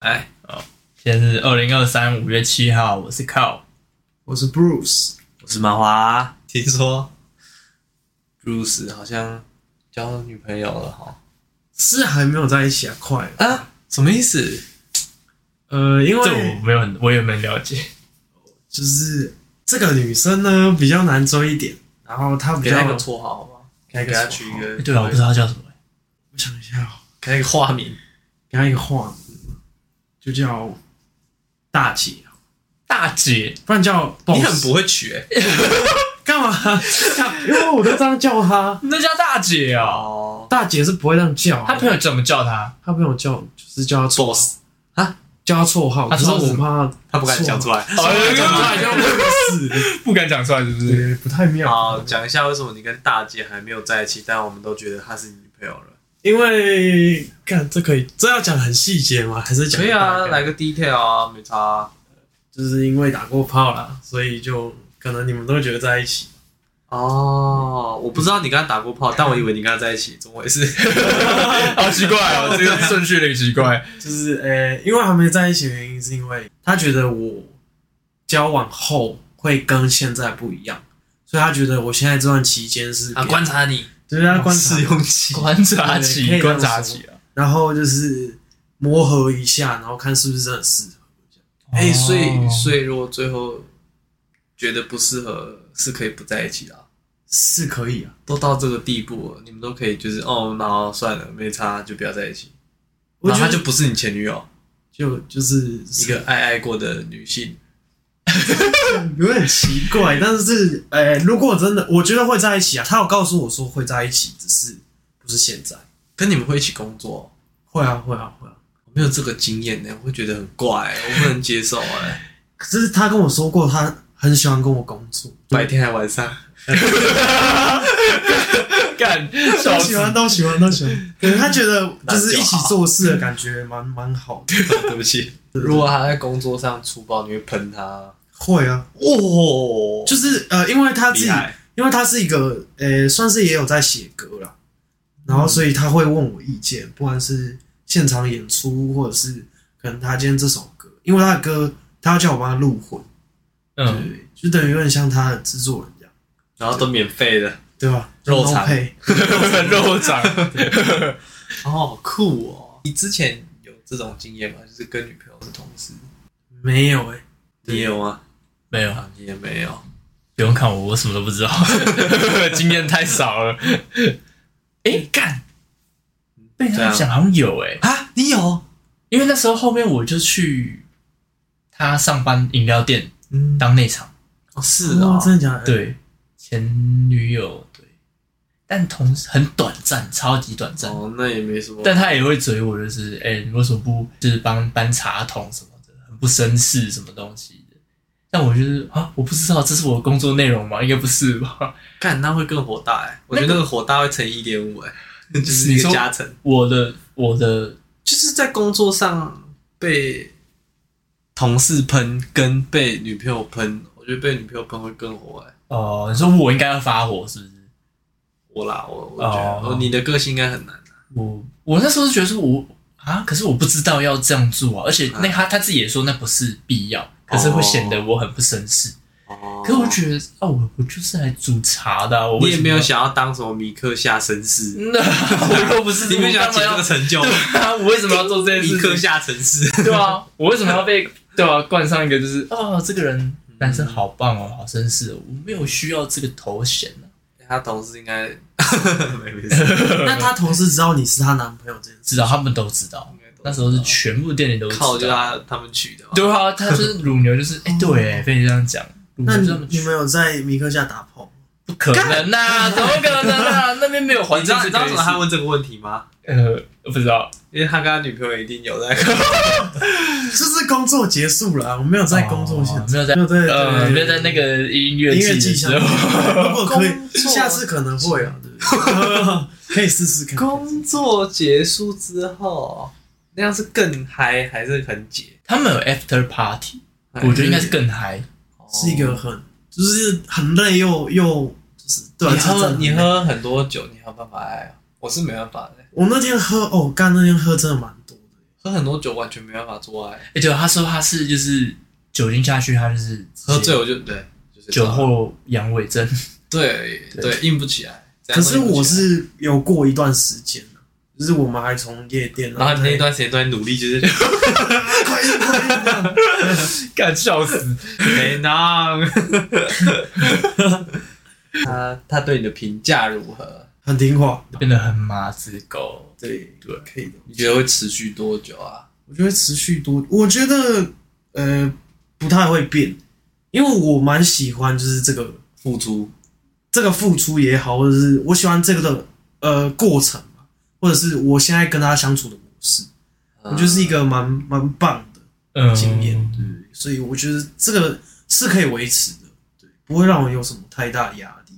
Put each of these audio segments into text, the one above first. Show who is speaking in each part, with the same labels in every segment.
Speaker 1: 哎，哦，现在是二零二三五月七号，我是 Cow。
Speaker 2: 我是 Bruce，
Speaker 3: 我是麻华，听说 Bruce 好像交女朋友了哈？
Speaker 2: 是还没有在一起啊，快了。
Speaker 3: 啊，什么意思？
Speaker 2: 呃，因
Speaker 1: 这我
Speaker 2: 为
Speaker 1: 没有很，我也没了解。
Speaker 2: 就是这个女生呢比较难追一点，然后她比
Speaker 3: 给
Speaker 2: 较
Speaker 3: 他一个绰号好吗？
Speaker 2: 给她一
Speaker 3: 给
Speaker 2: 个
Speaker 3: 他
Speaker 2: 绰
Speaker 3: 取
Speaker 2: 号
Speaker 3: 一个，
Speaker 1: 对啊，我不知道他叫什么。
Speaker 2: 我想一下、哦，
Speaker 3: 给他一个化名，
Speaker 2: 给她一个化名，就叫大姐，啊
Speaker 1: 大姐，
Speaker 2: 不然叫 boss。
Speaker 3: 你很不会取欸
Speaker 2: 干嘛？因为我都这样叫她，
Speaker 1: 那叫大姐哦。
Speaker 3: 哦
Speaker 2: 大姐是不会这样叫。啊
Speaker 1: 他朋友怎么叫他？
Speaker 2: 她朋友叫就是叫她绰号
Speaker 3: ，Boss，
Speaker 2: 叫她绰号，
Speaker 1: 她
Speaker 2: 可
Speaker 1: 绰
Speaker 2: 是
Speaker 1: 号是
Speaker 2: 我怕
Speaker 3: 他不敢讲出 来。
Speaker 2: 她讲出来就会死，
Speaker 1: 不敢讲出来，是不 是？
Speaker 2: 对，不太妙。
Speaker 1: 啊
Speaker 3: 好，讲一下为什么你跟大姐还没有在一起，但我们都觉得她是你女朋友 了。
Speaker 2: 因为看这可以，这要讲很细节吗？还是讲
Speaker 3: 可以啊，
Speaker 2: 大概
Speaker 3: 来个 detail 啊，没差啊。
Speaker 2: 就是因为打过炮啦，所以就可能你们都觉得在一起。
Speaker 3: 哦，我不知道你跟他打过炮，但我以为你跟他在一起，怎么回事？
Speaker 1: 好奇怪哦，这个顺序有点奇怪。
Speaker 2: 就是呃、因为还没在一起的原因是因为他觉得我交往后会跟现在不一样，所以他觉得我现在这段期间 是
Speaker 3: 啊，哦
Speaker 2: 给
Speaker 3: 观察你，
Speaker 2: 就是他观 察
Speaker 3: 试，用期。
Speaker 1: 观察期
Speaker 2: 对可，以这
Speaker 1: 观
Speaker 2: 样说
Speaker 1: 察期啊。
Speaker 2: 然后就是磨合一下，然后看是不是真的适合。
Speaker 3: 哎、所以
Speaker 1: 哦
Speaker 3: 所以如果最后觉得不适合，是可以不在一起的啊、
Speaker 2: 是可以啊，
Speaker 3: 都到这个地步了，你们都可以就是哦，那好算了，没差就不要在一起。
Speaker 2: 我
Speaker 3: 然
Speaker 2: 觉
Speaker 3: 后
Speaker 2: 得
Speaker 3: 她就不是你前女友，
Speaker 2: 就就是
Speaker 3: 一个爱爱过的女性。
Speaker 2: 有点奇怪，但是呃、如果真的，我觉得会在一起啊。他有告诉我说会在一起，只是不是现在。
Speaker 3: 跟你们会一起工作，
Speaker 2: 会啊，会啊，会啊。
Speaker 3: 我没有这个经验呢，我会觉得很怪，我不能接受哎。
Speaker 2: 可是他跟我说过，他很喜欢跟我工作，
Speaker 3: 白天还晚上，
Speaker 1: 干，笑
Speaker 2: 都
Speaker 1: 死
Speaker 2: 喜欢，都喜欢，都喜欢。可能他觉得就是一起做事的感觉蛮蛮好 的。
Speaker 3: 对不起。 如果她在工作上粗暴，你会喷她
Speaker 2: 会啊，
Speaker 3: 哦，
Speaker 2: 就是是呃，因为他自
Speaker 3: 厉
Speaker 2: 己，
Speaker 3: 害
Speaker 2: 因为他是一个呃、算是也有在写歌啦，然后所以他会问我意见，不管是现场演出，或者是可能他今天这首歌，因为他的歌，他要叫我帮他录混。
Speaker 1: 嗯，
Speaker 2: 对，就等于有点像他的制作人这样，
Speaker 3: 然后都免费的，
Speaker 2: 对吧？
Speaker 3: 肉
Speaker 2: 就
Speaker 3: 偿
Speaker 2: no pay
Speaker 1: 嗯肉长，
Speaker 3: 哦，好酷哦！你之前有这种经验吗？就是跟女朋友是同事，
Speaker 2: 没有哎、
Speaker 3: 你有吗？
Speaker 1: 没有，
Speaker 3: 啊，你也没有。
Speaker 1: 不用看我，我什么都不知道， 经验太少了。 哎，干，被
Speaker 3: 这
Speaker 1: 他
Speaker 3: 样
Speaker 1: 讲好像有哎，
Speaker 3: 啊，你有？
Speaker 1: 因为那时候后面我就去他上班饮料店
Speaker 3: 嗯，
Speaker 1: 当内场，
Speaker 3: 哦是啊、
Speaker 2: 真的假的？，
Speaker 1: 对前女友对，但同时很短暂，超级短暂。
Speaker 3: 哦，那也没什么。
Speaker 1: 但他也会嘴我，就是哎、你为什么不就是帮搬茶桶什么的，很不绅士什么东西的。但我就是啊，我不知道这是我的工作内容吗？应该不是吧？
Speaker 3: 干那会更火大哎、我觉得那个火大会乘一点五 哎，就是
Speaker 1: 你
Speaker 3: 一个
Speaker 1: 说
Speaker 3: 加成，
Speaker 1: 我的我的
Speaker 3: 就是在工作上被同事喷跟被女朋友喷，我觉得被女朋友喷会更火哎、
Speaker 1: 哦、你说我应该要发火是不是？
Speaker 3: 我啦，我我觉得、
Speaker 1: 哦
Speaker 3: 哦、你的个性应该很难、啊。
Speaker 1: 我我那时候就觉得说我啊，可是我不知道要这样做啊，而且那他他自己也说那不是必要，可是会显得我很不绅士。
Speaker 3: 哦
Speaker 1: 可是我觉得啊，我我就是来煮茶的啊、我
Speaker 3: 你
Speaker 1: 为
Speaker 3: 也
Speaker 1: 什么
Speaker 3: 没有
Speaker 1: 要，
Speaker 3: 想要当什么米克夏绅士，
Speaker 1: 那 我又不是
Speaker 3: 你没有想
Speaker 1: 要
Speaker 3: 要解这个成就，
Speaker 1: 对啊，我为什么要做这件
Speaker 3: 米
Speaker 1: 事情
Speaker 3: 克？夏绅士。
Speaker 1: 对啊，我为什么要被对啊冠上一个就是哦，这个人男生好棒哦，好绅士、哦，我没有需要这个头衔啊，
Speaker 3: 他同事应 该没没事，
Speaker 2: 那他同事知道你是她男朋友这件事，
Speaker 1: 知道他们都知道，那时候是全部店里都知
Speaker 3: 靠，就
Speaker 1: 道。
Speaker 3: 他他们取的嘛。
Speaker 1: 对啊，他就是乳牛，就是哎、对，哎被你这样讲，乳
Speaker 2: 那
Speaker 1: 牛
Speaker 2: 你
Speaker 1: 这么
Speaker 2: 你们有在米克下打炮？
Speaker 1: 不可能呐、怎么可能啊？那边没有环
Speaker 3: 你知
Speaker 1: 境
Speaker 3: 道
Speaker 1: 是
Speaker 3: 你知道
Speaker 1: 可
Speaker 3: 为
Speaker 1: 以
Speaker 3: 什
Speaker 1: 是
Speaker 3: 么他问这个问题吗？
Speaker 1: 呃，我不知道，
Speaker 3: 因为他跟他女朋友一定有在。
Speaker 2: 就是工作结束了啊、我没有在工作现
Speaker 1: 哦
Speaker 2: 场，
Speaker 1: 没有在
Speaker 2: 没有在
Speaker 1: 呃，
Speaker 2: 对
Speaker 1: 没有在那个音乐
Speaker 2: 音
Speaker 1: 季
Speaker 2: 乐
Speaker 1: 的
Speaker 2: 季上，
Speaker 1: 时
Speaker 2: 如
Speaker 1: 候，
Speaker 2: 果可以
Speaker 3: 工，作
Speaker 2: 下次可能会啊，对不 对可以试试 看。
Speaker 3: 工作结束之后，那样是更嗨还是很解？
Speaker 1: 他们有 after party，我
Speaker 2: 哎
Speaker 1: 觉得应该是更嗨。
Speaker 3: 哦
Speaker 2: 是一个很就是很累又又就是对啊、
Speaker 3: 你
Speaker 2: 是真的
Speaker 3: 喝
Speaker 2: 很
Speaker 3: 你
Speaker 2: 累
Speaker 3: 喝很多酒，你还有办法爱啊？我是没办法的。
Speaker 2: 我那天喝哦，干那天喝真的蛮多的，
Speaker 3: 喝很多酒完全没办法做爱，
Speaker 1: 哎，对，他说他是就是酒精下去，他就是直接
Speaker 3: 喝醉我就对，就是
Speaker 1: 酒后阳痿 症，
Speaker 3: 对对硬不起来。这样
Speaker 2: 可
Speaker 3: 都
Speaker 2: 是
Speaker 3: 硬不起来
Speaker 2: 我是有过一段时间啊就是我们还从夜店，
Speaker 3: 然后你那
Speaker 2: 再
Speaker 3: 一段时间都在努力，就是
Speaker 2: 快点快点这样
Speaker 1: 干笑死。
Speaker 3: 没囊。 他他对你的评价如何？
Speaker 2: 很听话，
Speaker 1: 变得很麻子狗。
Speaker 2: 对
Speaker 1: 对
Speaker 2: 可以的。
Speaker 3: 你觉得会持续多久啊？
Speaker 2: 我觉得持续多，我觉得呃不太会变，因为我蛮喜欢就是这个
Speaker 3: 付出
Speaker 2: 这个付出也好，或者是我喜欢这个的呃过程嘛，或者是我现在跟他相处的模式，
Speaker 3: 嗯
Speaker 2: 我觉得是一个蛮蛮棒的
Speaker 1: 嗯，
Speaker 2: 经验，对，所以我觉得这个是可以维持的，对，不会让我有什么太大压力。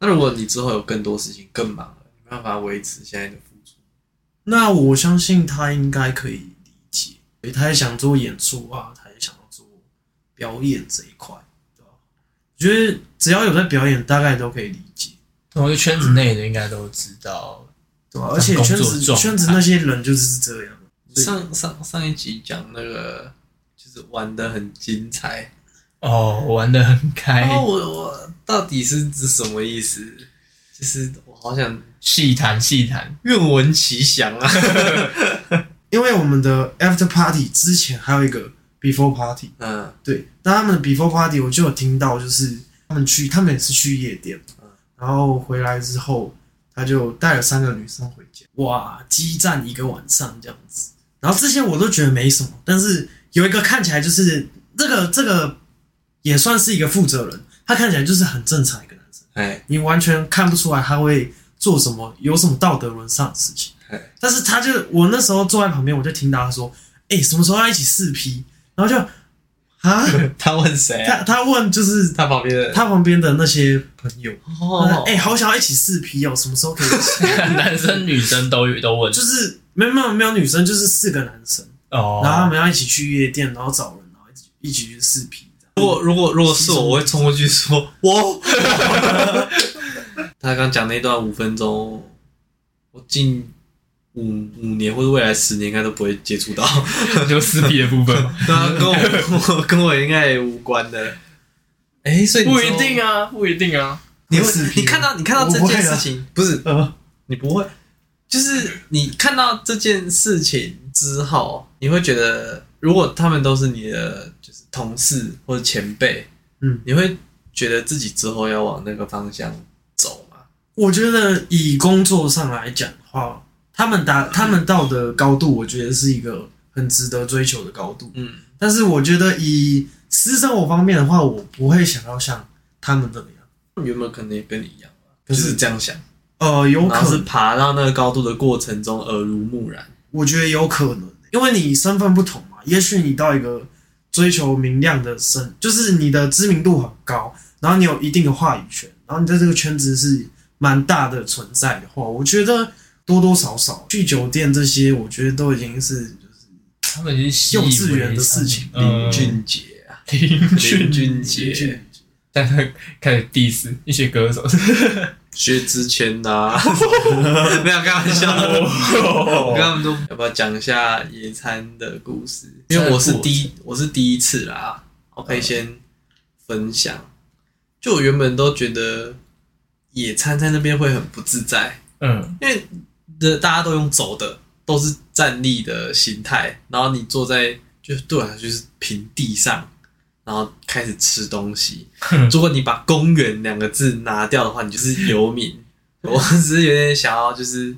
Speaker 3: 那如果你之后有更多事情更忙了，没办法维持现在的付出，
Speaker 2: 那我相信他应该可以理解，所以他也想做演出啊，他也想要做表演这一块，对吧？我觉得只要有在表演，大概都可以理解，
Speaker 1: 同一个圈子内的应该都知道。
Speaker 2: 对吧？而且圈
Speaker 1: 工作
Speaker 2: 子
Speaker 1: 状态
Speaker 2: 圈子那些人就是这样，对
Speaker 3: 上上上一集讲那个就是玩的很精彩，
Speaker 1: 哦，玩的很开
Speaker 3: 然，
Speaker 2: 哦
Speaker 3: 后我我到底是指什么意思？就是我好想
Speaker 1: 细谈 细谈。
Speaker 3: 愿闻其详啊！
Speaker 2: 因为我们的 after party 之前还有一个 before party，
Speaker 3: 嗯，
Speaker 2: 对，那他们的 before party 我就有听到，就是他们去，他们也是去夜店
Speaker 3: 嗯，
Speaker 2: 然后回来之后，他就带了三个女生回家，哇，激战一个晚上这样子。然后这些我都觉得没什么，但是有一个看起来就是这个这个也算是一个负责人，他看起来就是很正常一个男生，
Speaker 3: 哎，
Speaker 2: 你完全看不出来他会做什么，有什么道德沦丧的事情
Speaker 3: 嘿。
Speaker 2: 但是他就我那时候坐在旁边，我就听到他说：“哎、什么时候要一起试 P？” 然后就啊，
Speaker 3: 他问谁啊？
Speaker 2: 他他问就是
Speaker 3: 他旁边的
Speaker 2: 他旁边的那些朋友，哎、
Speaker 3: 哦，
Speaker 2: 欸好想要一起四 P 哦，什么时候可以 一起？
Speaker 1: 男生女生都有都问，
Speaker 2: 就是没有没有没有女生，就是四个男生，
Speaker 1: 哦，
Speaker 2: 然后他们要一起去夜店，然后找人，然后一起一起去四 P。
Speaker 3: 如果如果如果是我，我会冲过去说 我。他刚讲那段五分钟，我近五五年或者未来十年应该都不会接触到，
Speaker 1: 就撕逼的 部分嘛
Speaker 3: 那啊跟我 我跟我应该也无关的。哎、所以你
Speaker 1: 不
Speaker 3: 说
Speaker 1: 一定啊，不一定啊。
Speaker 3: 你会
Speaker 2: 视频
Speaker 3: 你看到你看到这件事情，不啊是
Speaker 2: 呃，
Speaker 3: 你不会，就是你看到这件事情之后，你会觉得，如果他们都是你的就是同事或者前辈，
Speaker 2: 嗯，
Speaker 3: 你会觉得自己之后要往那个方向走吗？
Speaker 2: 我觉得以工作上来讲的话，他们达他们到的高度，我觉得是一个很值得追求的高度。
Speaker 3: 嗯，
Speaker 2: 但是我觉得以私生活方面的话，我不会想要像他们那样。
Speaker 3: 嗯有没有可能也跟你一样啊？
Speaker 2: 可
Speaker 3: 就是是这样想，
Speaker 2: 呃，有
Speaker 3: 然后
Speaker 2: 可
Speaker 3: 是
Speaker 2: 能，
Speaker 3: 爬到那个高度的过程中耳濡目染。
Speaker 2: 我觉得有可能，因为你身份不同嘛。也许你到一个追求明亮的身，就是你的知名度很高，然后你有一定的话语权，然后你在这个圈子是蛮大的存在的话，我觉得多多少少去酒店这些，我觉得都已经是就是
Speaker 1: 他们已经习以为常
Speaker 2: 幼稚园的事情
Speaker 1: 嗯
Speaker 3: 林俊杰啊，
Speaker 1: 林俊
Speaker 3: 林俊
Speaker 2: 接
Speaker 3: 杰
Speaker 2: 近，
Speaker 1: 但他开始 diss 一些歌手，
Speaker 3: 薛之谦呐、 没有开玩笑的。 我跟他们都要不要讲一下野餐的故事？因为我是第一，我是第一次啦，我可以先分享。就我原本都觉得野餐在那边会很不自在，
Speaker 1: 嗯，
Speaker 3: 因为的大家都用走的，都是站立的形态，然后你坐在就对我来说就是平地上，然后开始吃东西。如果你把“公园”两个字拿掉的话，你就是游民。我只是有点想要就是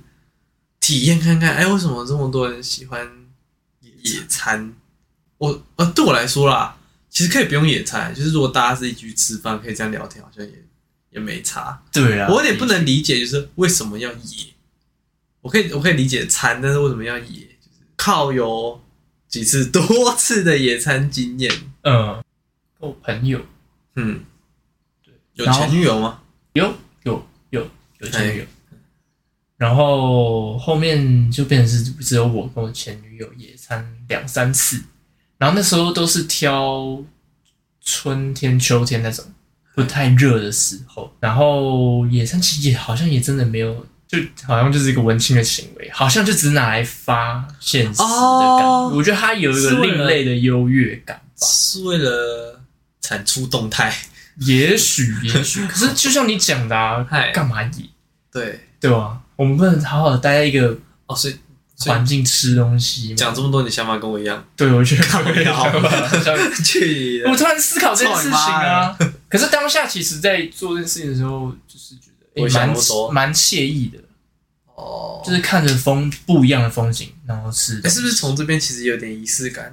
Speaker 3: 体验看看，哎，为什么这么多人喜欢野餐？我呃，对我来说啦，其实可以不用野餐，就是如果大家是一起去吃饭，可以这样聊天，好像也也没差。
Speaker 1: 对啊，
Speaker 3: 我有点不能理解，就是为什么要野？我可以我可以理解餐，但是为什么要野？就是靠有几次多次的野餐经验，
Speaker 1: 嗯，我朋友
Speaker 3: 嗯，有
Speaker 1: 然后
Speaker 3: 前女友吗？
Speaker 1: 有有有有前女友，
Speaker 3: 哎
Speaker 1: 然后后面就变成是只有我跟我前女友野餐两三次，然后那时候都是挑春天、秋天那种不太热的时候，然后野餐其实也好像也真的没有，就就好像就是一个文青的行为，好像就只拿来发现实的感觉。
Speaker 3: 哦
Speaker 1: 我觉得它有一个
Speaker 3: 是为了
Speaker 1: 另类的优越感吧，
Speaker 3: 是为了产出动态，
Speaker 1: 也许也许，可是就像你讲的、啊
Speaker 3: 嗨，
Speaker 1: 干嘛也
Speaker 3: 对，
Speaker 1: 对吧？我们不能好好地待在一个
Speaker 3: 哦，所以所以
Speaker 1: 环境吃东西吗。
Speaker 3: 讲这么多，你想法跟我一样，
Speaker 1: 对，我觉得
Speaker 3: 靠腰
Speaker 1: 好像
Speaker 3: 去
Speaker 1: 我突然思考这件事情
Speaker 3: 操你
Speaker 1: 啊
Speaker 3: 妈。
Speaker 1: 可是当下其实，在做这件事情的时候，就是觉得
Speaker 3: 我
Speaker 1: 诶
Speaker 3: 也想
Speaker 1: 蛮
Speaker 3: 不多
Speaker 1: 蛮惬意的，
Speaker 3: 哦，
Speaker 1: 就是看着风不一样的风景，然后吃
Speaker 3: 哎、。是不是从这边其实有点仪式感？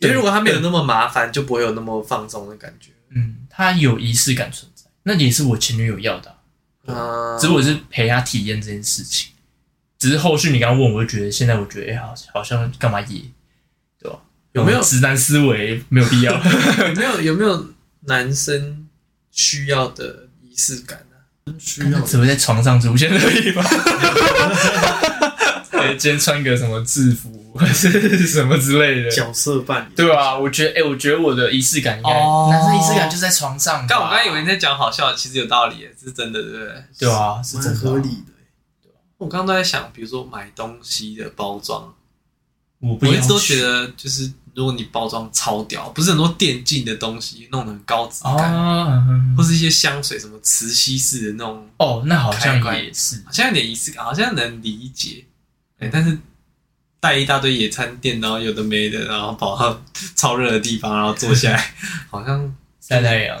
Speaker 3: 因
Speaker 1: 对
Speaker 3: 为如果它没有那么麻烦，就不会有那么放松的感觉。
Speaker 1: 嗯，它有仪式感存在，那也是我前女友要的啊、对
Speaker 3: 啊，
Speaker 1: 只是我是陪她体验这件事情。只是后续你刚刚问，我就觉得现在我觉得，哎、好，好像干嘛也，对吧？
Speaker 3: 有没有
Speaker 1: 那种直男思维没有必要？
Speaker 3: 有没有有没有男生需要的仪式感啊呢、
Speaker 2: 需要
Speaker 1: 只会在床上出现而已 吧。对，今天穿个什么制服或是什么之类的，
Speaker 2: 角色扮演，
Speaker 1: 对啊，我觉得，哎、我觉得我的仪式感应该，
Speaker 3: 哦
Speaker 1: 男生仪式感就是在床上吧。
Speaker 3: 但我刚才以为你在讲好笑，其实有道理耶，是真的，对不对？
Speaker 1: 对啊，是真
Speaker 2: 蛮
Speaker 1: 的啊
Speaker 2: 合理。的。
Speaker 3: 我刚刚都在想，比如说买东西的包装，
Speaker 1: 我不
Speaker 3: 我
Speaker 1: 要
Speaker 3: 一直都
Speaker 1: 去
Speaker 3: 觉得，就是如果你包装超屌，不是很多电竞的东西弄得很高质感，
Speaker 1: 哦，嗯
Speaker 3: 或是一些香水什么磁吸式的那种，
Speaker 1: 哦，那好
Speaker 3: 开
Speaker 1: 像
Speaker 3: 关
Speaker 1: 也是，
Speaker 3: 好像有点仪式感，好像能理解。哎、但是带一大堆野餐垫，然后有的没的，然后跑到 超热的地方，然后坐下 来，好像
Speaker 1: 晒太阳。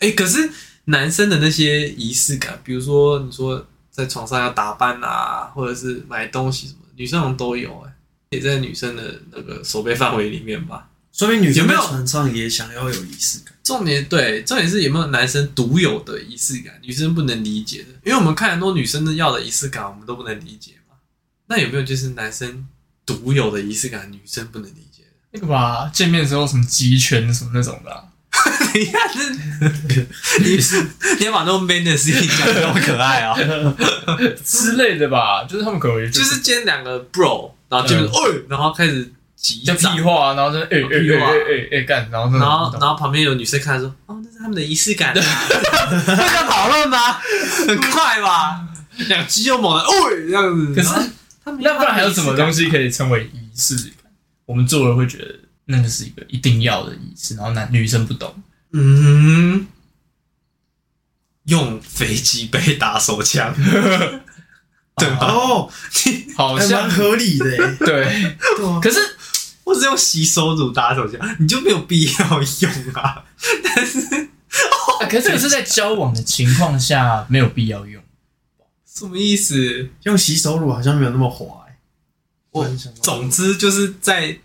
Speaker 3: 哎、可是男生的那些仪式感，比如说你说在床上要打扮啊，或者是买东西什么，女生好像都有哎、也在女生的那个手背范围里面吧。
Speaker 2: 说明女
Speaker 3: 有
Speaker 2: 生
Speaker 3: 没
Speaker 2: 在
Speaker 3: 有
Speaker 2: 船上也想要有仪式感，
Speaker 3: 重点对，重点是有没有男生独有的仪式感，女生不能理解的，因为我们看很多女生的要的仪式感，我们都不能理解嘛。那有没有就是男生独有的仪式感，女生不能理解的？
Speaker 1: 那个吧，见面的时候什么集权什么那种的啊、
Speaker 3: 你看这， 你你要把那么 man 的事情讲得那么可爱啊、
Speaker 1: 之类的吧，就是他们可能 也
Speaker 3: 就是今天两个 bro，然后就是哦，然后开始击
Speaker 1: 讲
Speaker 3: 掌哦
Speaker 1: 屁，话啊，然后嗯就哎哎
Speaker 3: 屁话
Speaker 1: 哎哎哎哎干，然后那种
Speaker 3: 然后
Speaker 1: 你
Speaker 3: 然
Speaker 1: 懂
Speaker 3: 后旁边有女生看说，哦，那是他们的仪式感、啊， 大家讨论吧，很快吧，两肌肉猛男，哦，这样子。
Speaker 1: 可是
Speaker 3: 然后他们
Speaker 1: 那不然还有什么东西可
Speaker 3: 以？
Speaker 1: 以称为仪式感？我们做了会觉得那个是一个一定要的仪式，然后男女生不懂。
Speaker 3: 嗯，用飞机杯打手 枪，对吧？
Speaker 2: 哦，
Speaker 1: 好
Speaker 2: 还哎
Speaker 1: 像
Speaker 2: 蛮合理的欸。
Speaker 1: 对，
Speaker 2: 对啊，
Speaker 1: 可是
Speaker 3: 或者用洗手乳打手枪，你就没有必要用啊。
Speaker 1: 啊可是这个是在交往的情况下没有必要用。
Speaker 3: 什么意思？
Speaker 2: 用洗手乳好像没有那么滑欸。
Speaker 3: 我
Speaker 2: 突然想到
Speaker 3: 总之就是在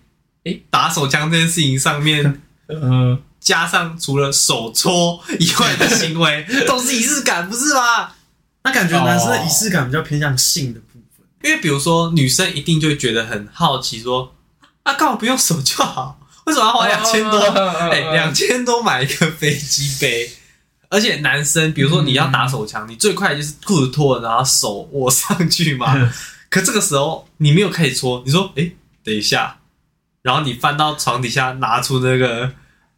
Speaker 1: 诶
Speaker 3: 打手枪这件事情上面，
Speaker 1: 呃，
Speaker 3: 加上除了手搓以外的行为，都是仪式感，不是吗？
Speaker 2: 那感觉男生
Speaker 3: 哦
Speaker 2: 的仪式感比较偏向性的部分。
Speaker 3: 因为比如说女生一定就会觉得很好奇说啊，干嘛不用手就好？为什么要花两千多？
Speaker 2: 哦
Speaker 1: 嗯
Speaker 2: 呃
Speaker 3: 哎，两千多买一个飞机杯。而且男生，比如说你要打手枪，你最快就是裤子脱了，然后手握上去嘛。
Speaker 1: 嗯
Speaker 3: 可这个时候你没有开始搓，你说：“哎、等一下。”然后你翻到床底下，拿出那 个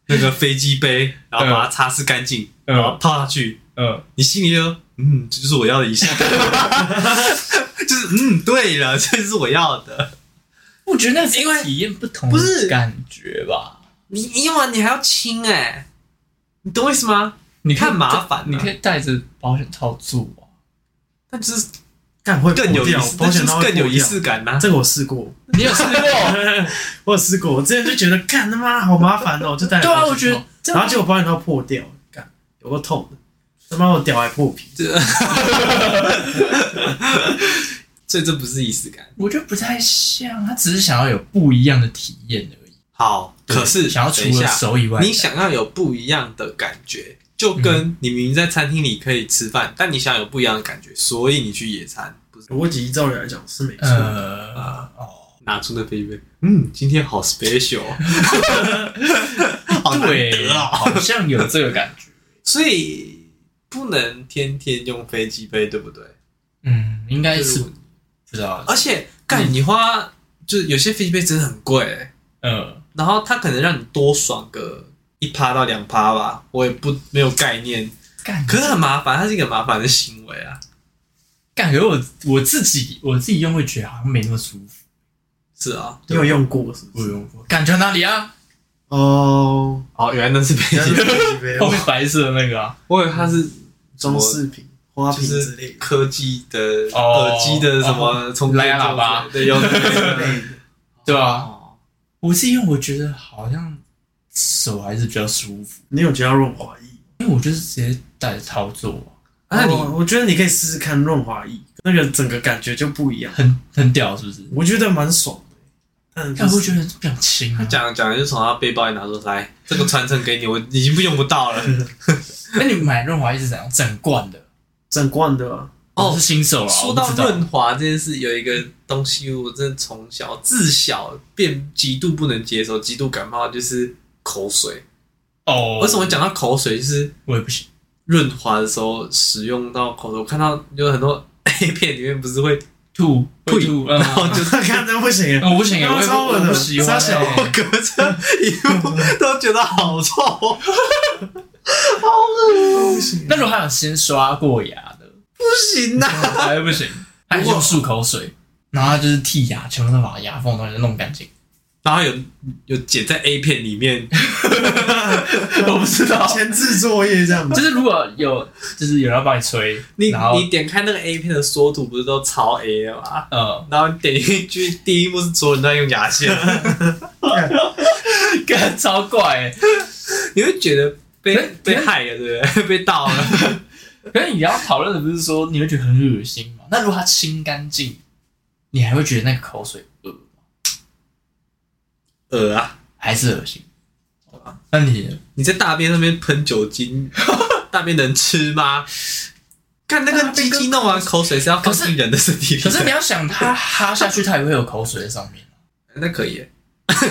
Speaker 3: 那个飞机杯，然后把它擦拭干净，
Speaker 1: 嗯
Speaker 3: 然后套下去。
Speaker 2: 呃
Speaker 1: 嗯，
Speaker 3: 你心里就嗯，这就是我要的仪式感， 就是嗯，对了，这就是我要的。
Speaker 1: 我觉得那是体验不同
Speaker 3: 不
Speaker 1: 的
Speaker 3: 是
Speaker 1: 感觉吧。
Speaker 3: 你你用完你还要亲哎、你懂我意思吗？
Speaker 1: 你
Speaker 3: 看麻烦啊
Speaker 1: 你可以带着保险套做啊。
Speaker 3: 那就是
Speaker 2: 干会
Speaker 3: 更有
Speaker 2: 破
Speaker 3: 仪
Speaker 2: 掉
Speaker 3: 式，
Speaker 2: 保
Speaker 3: 那就
Speaker 2: 险
Speaker 3: 是
Speaker 2: 套会
Speaker 3: 更有
Speaker 2: 破
Speaker 3: 仪
Speaker 2: 掉啊
Speaker 3: 式感啊呐、
Speaker 2: 这个我试过，
Speaker 1: 你有试过？
Speaker 2: 我有试过，我之前就觉得干他妈好麻烦哦，就戴了
Speaker 1: 对
Speaker 2: 保
Speaker 1: 啊，
Speaker 2: 险套
Speaker 1: 我觉得，这
Speaker 2: 然后
Speaker 1: 样
Speaker 2: 结果保险套破掉，干有个痛的，他妈我屌还破皮，
Speaker 3: 所以这不是仪式感。
Speaker 1: 我觉得不太像，他只是想要有不一样的体验而已。
Speaker 3: 好，可是
Speaker 1: 想要除
Speaker 3: 等一
Speaker 1: 了
Speaker 3: 下，
Speaker 1: 手以外，
Speaker 3: 你想要有不一样的感觉，就跟你明明在餐厅里可以吃饭，但你想有不一样的感觉，所以你去野餐，不是
Speaker 2: 逻辑照理来讲是没错。
Speaker 1: 呃
Speaker 3: 啊
Speaker 1: 哦，
Speaker 3: 拿出那杯杯，嗯，今天好 special，好难
Speaker 1: 对，
Speaker 3: 得哦。
Speaker 1: 好像有这个感觉。
Speaker 3: 所以不能天天用飞机杯，对不对？
Speaker 1: 嗯，啊应该
Speaker 3: 就是
Speaker 1: 是不知道。
Speaker 3: 而且干你花，就是有些飞机杯真的很贵、欸，
Speaker 1: 呃，
Speaker 3: 然后它可能让你多爽个一趴到两趴吧，我也不没有概念，
Speaker 1: 干
Speaker 3: 可是很麻烦，它是一个麻烦的行为啊。
Speaker 1: 感觉我我自己我自己用会觉得好像没那么舒服，
Speaker 3: 是啊，
Speaker 2: 你有用过是不
Speaker 1: 我
Speaker 2: 是？
Speaker 1: 用过，感觉哪里啊？
Speaker 2: 哦，
Speaker 3: 哦， 原来那是杯
Speaker 2: 原来
Speaker 3: 子，
Speaker 2: 是飞机杯
Speaker 1: 后面白色的那个啊，
Speaker 3: 我以为它是
Speaker 2: 装饰品、花
Speaker 3: 就
Speaker 2: 瓶之类
Speaker 3: 是
Speaker 2: 的。
Speaker 3: 科技的
Speaker 1: 哦啊
Speaker 3: 耳机的什么充电
Speaker 1: 蓝牙喇叭
Speaker 3: 对，有 对
Speaker 1: 对啊，
Speaker 3: 啊，
Speaker 1: 我自己用我觉得好像手还是比较舒服，
Speaker 2: 你有觉得润滑液？
Speaker 1: 因为我就是直接带着操作啊，
Speaker 3: 那
Speaker 2: 哦
Speaker 3: 你
Speaker 2: 我觉得你可以试试看润滑液，那个整个感觉就不一样，
Speaker 1: 很很屌是不是？
Speaker 2: 我觉得蛮爽的。但
Speaker 1: 但
Speaker 2: 就
Speaker 1: 哎我
Speaker 2: 是
Speaker 1: 觉得比较轻啊。
Speaker 3: 讲讲就从他背包里拿出来，这个传承给你，我已经不用不到了。
Speaker 1: 那你买润滑液是怎样？整罐的？
Speaker 2: 整罐的啊，
Speaker 3: 哦
Speaker 1: 我是新手啊，
Speaker 3: 说
Speaker 1: 我不
Speaker 3: 到
Speaker 1: 知道
Speaker 3: 润滑这件事，有一个东西我真的从小自小便极度不能接受，极度感冒就是口水。
Speaker 1: 哦，
Speaker 3: 为什么讲到口水，就是
Speaker 1: 我也不行？
Speaker 3: 润滑的时候使用到口水，我看到有很多 A 片里面不是会
Speaker 1: 吐
Speaker 3: 吐
Speaker 1: 会 吐，嗯
Speaker 3: 然后就是
Speaker 2: 看着不行啊，
Speaker 1: 我不行欸，
Speaker 2: 那
Speaker 1: 我也不
Speaker 2: 超恶的
Speaker 1: 我不喜欢
Speaker 2: 傻小
Speaker 1: 欸。
Speaker 3: 我 隔着一幕 都觉得好臭，哦 不
Speaker 2: 不行
Speaker 1: 那。如果他有先刷过牙的，
Speaker 3: 行呐、啊！
Speaker 1: 还 不行，他用漱口水，然后他就是剔牙，全部都把牙缝都弄干净。
Speaker 3: 然后有有剪在 A 片里面，
Speaker 1: 我不知道，
Speaker 2: 前置作业这样
Speaker 1: 就
Speaker 2: 子，
Speaker 1: 是如果有就是有人要帮你吹，
Speaker 3: 你
Speaker 1: 然后
Speaker 3: 你点开那个 A 片的缩图，不是都超 A 的吗？
Speaker 1: 呃，
Speaker 3: 然后你点进去，第一幕是所有人都在用牙 线，
Speaker 1: 干超怪欸。
Speaker 3: 你会觉得被
Speaker 1: 可是
Speaker 3: 被害了，对不对？ 被盗了，
Speaker 1: 可是你要讨论的不是说你会觉得很恶心吗？那如果它清干净，你还会觉得那个口水恶吗
Speaker 3: 呃啊！
Speaker 1: 还是恶心？那你呢
Speaker 3: 你在大便上面喷酒 精，大便能吃吗？看那
Speaker 1: 大
Speaker 3: 个
Speaker 1: 便
Speaker 3: 鸡
Speaker 1: 跟
Speaker 3: 鸡弄完啊口水是要放
Speaker 1: 可是
Speaker 3: 进人的身体里的，
Speaker 1: 可是你要想，它哈下去，它也会有口水在上 面，
Speaker 3: 那可以耶。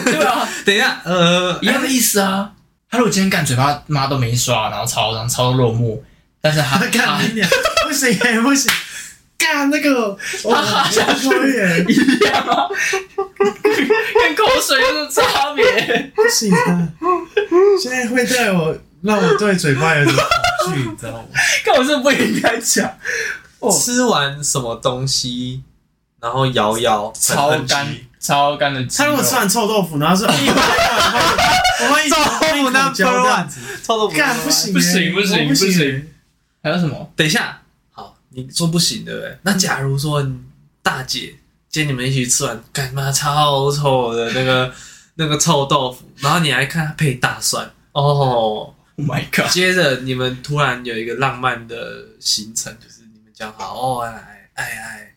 Speaker 1: 对啊，
Speaker 3: 等一下，呃，
Speaker 1: 一样的意思啊。他如果今天干嘴巴，妈都没刷，然后超然后超落寞，但是他
Speaker 2: 他
Speaker 1: 他
Speaker 2: 啊
Speaker 3: 啊
Speaker 2: 干你娘，不行欸不行，干那个，哦我
Speaker 3: 啊
Speaker 1: 哈下去
Speaker 2: 讨厌，
Speaker 1: 一样啊， 跟口水有什么差别？
Speaker 2: 不行啊！现在会对我让我对嘴巴有点恐惧，你知道吗？
Speaker 1: 根本是不应该讲，哦
Speaker 3: 吃完什么东西，然后摇摇，
Speaker 1: 超
Speaker 3: 很
Speaker 1: 干。超干的哦鸡
Speaker 2: 他
Speaker 1: 肉
Speaker 2: 如果吃完臭豆腐，然后说：“哎，我我我
Speaker 3: 臭豆腐那
Speaker 2: 那
Speaker 3: number
Speaker 2: 这样
Speaker 3: one，
Speaker 2: 子，
Speaker 3: 臭豆腐
Speaker 2: 干不行欸，
Speaker 1: 不行不行
Speaker 2: 我
Speaker 1: 不
Speaker 2: 不
Speaker 1: 行
Speaker 2: 欸，
Speaker 1: 还有什么？
Speaker 3: 等一下，好，你说不行对不对？那假如说你大姐今天你们一起吃完，干妈超臭的那个 那个臭豆腐，然后你还看它配大蒜哦。
Speaker 1: Oh my god！
Speaker 3: 接着你们突然有一个浪漫的行程，就是你们讲好哦，哎哎哎，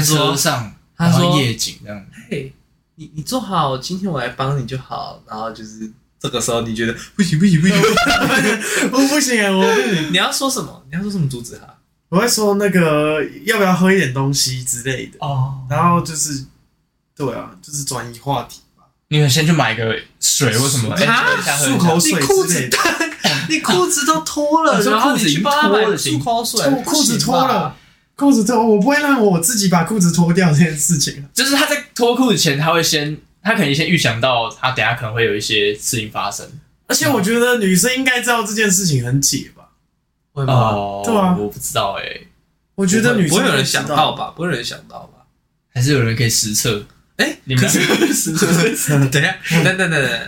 Speaker 3: 他
Speaker 1: 车
Speaker 3: 说
Speaker 1: 上，
Speaker 3: 他
Speaker 1: 然
Speaker 3: 说
Speaker 1: 后夜景这样，
Speaker 3: 嘿，哎你你坐好，今天我来帮你就好。然后就是这个时候你觉得不行不行 不行，不行
Speaker 2: 我不行欸，我不行。
Speaker 3: 你要说什么？你要说什么阻止他？
Speaker 2: 我会说那个要不要喝一点东西之类的，
Speaker 1: 哦
Speaker 2: 然后就是，对啊，就是转移话题吧。
Speaker 1: 你们先去买个水或什么，哎
Speaker 3: 啊
Speaker 1: 等一下喝一
Speaker 2: 漱
Speaker 1: 下
Speaker 2: 口
Speaker 3: 你
Speaker 2: 水
Speaker 3: 裤
Speaker 2: 之
Speaker 3: 子
Speaker 2: 类的，哦
Speaker 3: 你裤子 都脱
Speaker 1: 啊
Speaker 3: 了，
Speaker 1: 这
Speaker 3: 然后
Speaker 1: 裤
Speaker 3: 你
Speaker 1: 子已
Speaker 3: 去
Speaker 1: 经
Speaker 3: 帮他
Speaker 1: 脱
Speaker 3: 买
Speaker 1: 了行
Speaker 3: 漱口水
Speaker 2: 我，裤子
Speaker 3: 不行啊
Speaker 2: 脱
Speaker 3: 吧
Speaker 2: 了，裤子脱，我不会让我自己把裤子脱掉这件事情啊。
Speaker 1: 就是他在脱裤子前，他会先，他肯定先预想到他等一下可能会有一些事情发生。
Speaker 2: 而且我觉得女生应该知道这件事情很解吧？
Speaker 3: 会吗？
Speaker 2: 对啊
Speaker 1: 哦我不知道哎、
Speaker 2: 我觉得女
Speaker 3: 不
Speaker 2: 生
Speaker 3: 会有人想到
Speaker 2: 吧？
Speaker 3: 吧？不会有人想到吧？
Speaker 1: 还是有人可以实测。
Speaker 3: 哎，
Speaker 1: 你们
Speaker 3: 可是
Speaker 1: 实测
Speaker 3: 等一下，等等等等等，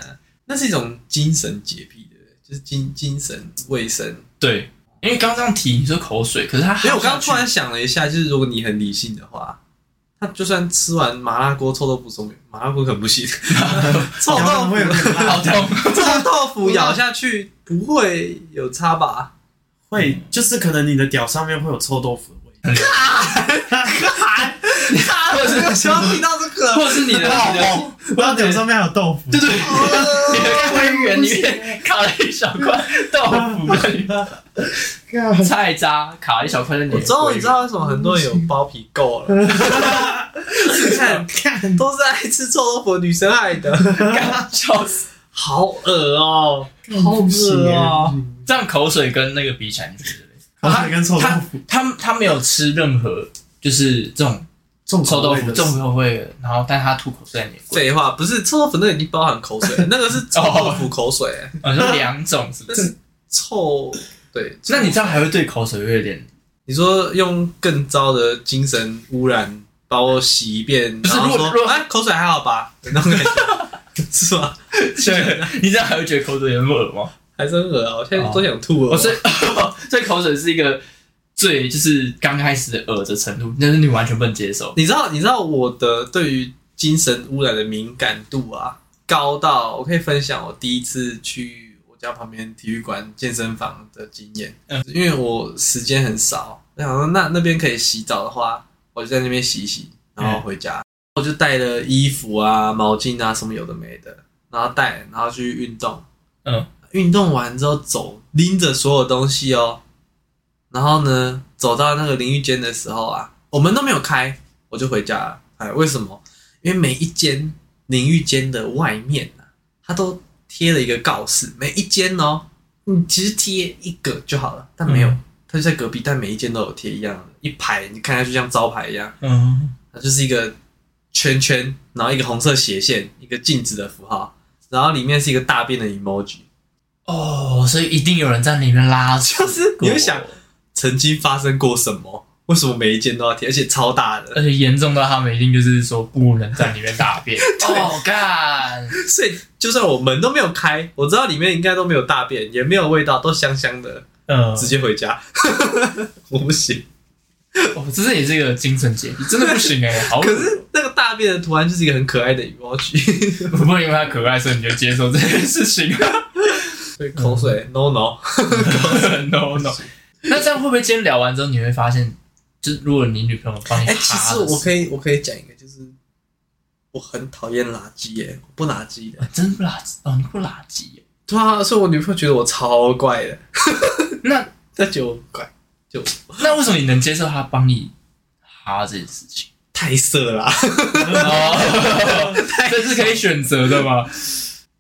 Speaker 3: 那是一种精神洁癖的，就是精精神卫生。
Speaker 1: 对，因为刚刚这样提你说口水，可 是他
Speaker 3: 因为我刚刚突
Speaker 1: 穿
Speaker 3: 然想了一下，就是如果你很理性的话，他就算吃完麻辣锅、臭豆腐中，麻辣锅可能不 行，臭豆
Speaker 2: 咬到会有
Speaker 3: 腐、
Speaker 2: 点
Speaker 1: 好
Speaker 2: 辣，
Speaker 1: 痛，
Speaker 3: 臭豆腐咬下去不会有差吧？
Speaker 2: 会就是可能你的屌上面会有臭豆腐的味。
Speaker 3: 我是希望听到这
Speaker 1: 或
Speaker 3: 个，
Speaker 1: 者是你的你的
Speaker 2: 我的屌上面还有豆腐，
Speaker 1: 对对，你的开会员里面卡了一小块豆腐在里面，
Speaker 2: 干
Speaker 1: 菜渣卡了一小块在你 的
Speaker 3: 我知道，
Speaker 1: 龟
Speaker 3: 你知道为什么很多人有包皮垢了？ 你看，
Speaker 2: 干
Speaker 3: 都是爱吃臭豆腐的女生爱的，
Speaker 1: 干笑死。
Speaker 3: 好恶哦、好
Speaker 2: 不行
Speaker 3: 恶
Speaker 2: 耶
Speaker 3: 哦、
Speaker 1: 这样口水跟那个比起来，你觉得嘞？
Speaker 2: 口水跟臭豆
Speaker 1: 他
Speaker 2: 腐，
Speaker 1: 他他没有吃任何就是这种
Speaker 2: 重
Speaker 1: 臭
Speaker 2: 口
Speaker 1: 豆
Speaker 2: 味
Speaker 1: 腐
Speaker 2: 的
Speaker 1: 重口味的，然后但他吐口水在你的龟，
Speaker 3: 废话，不是臭豆腐，那个已经包含口水了，那个是臭豆腐口水、
Speaker 1: 好像两种是不
Speaker 3: 那
Speaker 1: 是？
Speaker 3: 是臭。对，
Speaker 1: 那你这样还会对口水会有点
Speaker 3: 你说用更糟的精神污染把我洗一遍，
Speaker 1: 是
Speaker 3: 然后
Speaker 1: 如果如
Speaker 3: 说
Speaker 1: 果
Speaker 3: 哎口水还好吧，那种感觉是吗？
Speaker 1: 对， 你这样还会觉得口水很恶吗？
Speaker 3: 还真恶啊！我现在都想吐了。
Speaker 1: 哦，所以所以口水是一个最就是刚开始的恶的程度，但是你完全不能接受。
Speaker 3: 你知道，你知道我的对于精神污染的敏感度啊，高到我可以分享我第一次去我家旁边体育馆健身房的经验。
Speaker 1: 嗯
Speaker 3: 因为我时间很少，我想说那那边可以洗澡的话，我就在那边洗一洗，然
Speaker 1: 嗯
Speaker 3: 后回家。我就带了衣服啊、毛巾啊什么有的没的，然后带，然后去运动。
Speaker 1: 嗯，
Speaker 3: 运动完之后走，拎着所有东西哦，然后呢，走到那个淋浴间的时候啊，我门都没有开，我就回家了。哎，为什么？因为每一间淋浴间的外面啊，它都贴了一个告示，每一间哦，你其实贴一个就好了，但没有，
Speaker 1: 嗯
Speaker 3: 它就在隔壁，但每一间都有贴一样的，一排，你看下去像招牌一样，
Speaker 1: 嗯，
Speaker 3: 它就是一个圈圈，然后一个红色斜线，一个镜子的符号，然后里面是一个大便的 emoji。
Speaker 1: 哦，所以一定有人在里面拉扯
Speaker 3: 就
Speaker 1: 过，
Speaker 3: 是你会想曾经发生过什么？为什么每一间都要贴，而且超大的？
Speaker 1: 而且严重到他们一定就是说不能在里面大便。哦，干，
Speaker 3: 所以就算我门都没有开，我知道里面应该都没有大便，也没有味道，都香香的，
Speaker 1: 嗯，
Speaker 3: 直接回家。 我不行，
Speaker 1: 哦，这是也是一个精神洁癖，真的不行哎、好恶，
Speaker 3: 可是那个大便的图案就是一个很可爱的 emoji，
Speaker 1: 不会因为它可爱，所以你就接受这件事情
Speaker 3: 所以口水、no no，
Speaker 1: ？No No，那这样会不会今天聊完之后，你会发现，就是如果你女朋友帮你
Speaker 3: 哎、
Speaker 1: 哈的
Speaker 3: 其
Speaker 1: 时
Speaker 3: 实
Speaker 1: 候，
Speaker 3: 我可以，我可以讲一个，就是我很讨厌垃圾耶、我不垃圾的。
Speaker 1: 啊真不垃圾哦，你不垃圾耶、
Speaker 3: 对啊，所以我女朋友觉得我超怪的，
Speaker 1: 那
Speaker 3: 她觉得我很怪，就
Speaker 1: 那为什么你能接受他帮你哈这件事 情？
Speaker 3: 太色啦，
Speaker 1: 哦，这是可以选择的吗？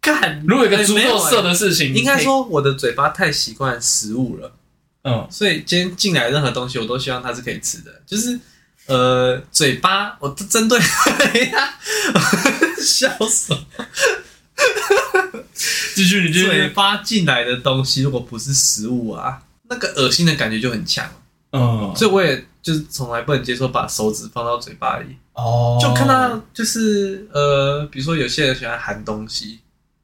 Speaker 3: 干。
Speaker 1: 如果有一个足
Speaker 3: 没有
Speaker 1: 够
Speaker 3: 欸
Speaker 1: 色的事情，
Speaker 3: 应该
Speaker 1: 可以，
Speaker 3: 说我的嘴巴太习惯食物了，
Speaker 1: 嗯
Speaker 3: 所以今天进来任何东西，我都希望它是可以吃的。就是呃，嘴巴我都针对 笑 死我，
Speaker 1: 继续，你继
Speaker 3: 嘴
Speaker 1: 续，
Speaker 3: 巴进来的东西如果不是食物啊，那个恶心的感觉就很强，
Speaker 1: 嗯，
Speaker 3: 所以我也就是从来不能接受把手指放到嘴巴里，
Speaker 1: 哦，
Speaker 3: 就看到就是呃，比如说有些人喜欢含东西，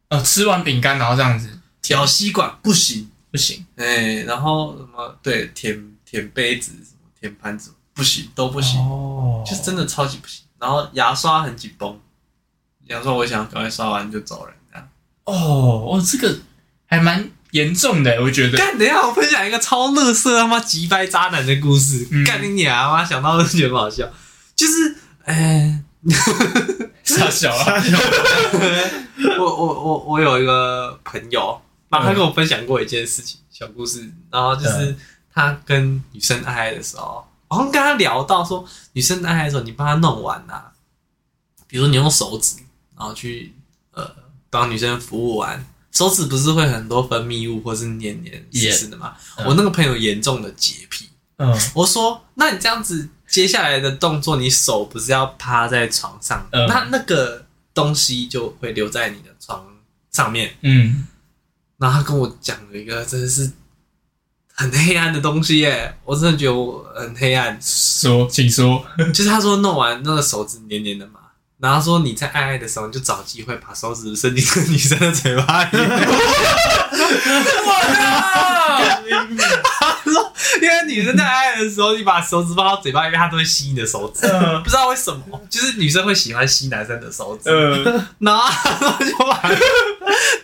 Speaker 1: 呃吃完饼干然后这样子
Speaker 3: 咬吸管不行，
Speaker 1: 不行，
Speaker 3: 哎、然后什么对舔舔杯子什么舔盘子不行都不
Speaker 1: 不
Speaker 3: 行。
Speaker 1: 哦，
Speaker 3: 就是真的超级不行。然后牙刷很紧绷，牙刷我想赶快刷完就走人这样。
Speaker 1: 哦哦，这个还蛮严重的，我觉得。
Speaker 3: 干，等一下我分享一个超乐色他妈急掰渣男的故事
Speaker 1: 嗯，
Speaker 3: 干、你娘！妈想到都觉得很好笑，就是，哎、
Speaker 1: 傻小 啊，
Speaker 3: 我我我我有一个朋友，然后他跟我分享过一件事情，小故事，然后就是他跟女生爱爱的时候，我好像跟他聊到说，女生爱爱的时候，你帮她弄完啦、比如你用手指，然后去呃帮女生服务完，手指不是会很多分泌物或是黏黏湿湿的吗
Speaker 1: Yeah 嗯
Speaker 3: 我那个朋友严重的洁癖，
Speaker 1: 嗯
Speaker 3: 我说，那你这样子接下来的动作，你手不是要趴在床上，
Speaker 1: 嗯
Speaker 3: 那那个东西就会留在你的床上面。
Speaker 1: 嗯，
Speaker 3: 然后他跟我讲了一个真的是很黑暗的东西耶，我真的觉得我很黑暗。
Speaker 1: 说，请说，
Speaker 3: 就是他说弄完那个手指黏黏的嘛，然后他说你在爱爱的时候，你就找机会把手指伸进那个女生的嘴巴里。 因为女生在爱爱的时候，你把手指放到嘴巴里面，她都会吸你的手指。
Speaker 1: 嗯
Speaker 3: 不知道为什么，就是女生会喜欢吸男生的手指，
Speaker 1: 呃，
Speaker 3: 然后她就把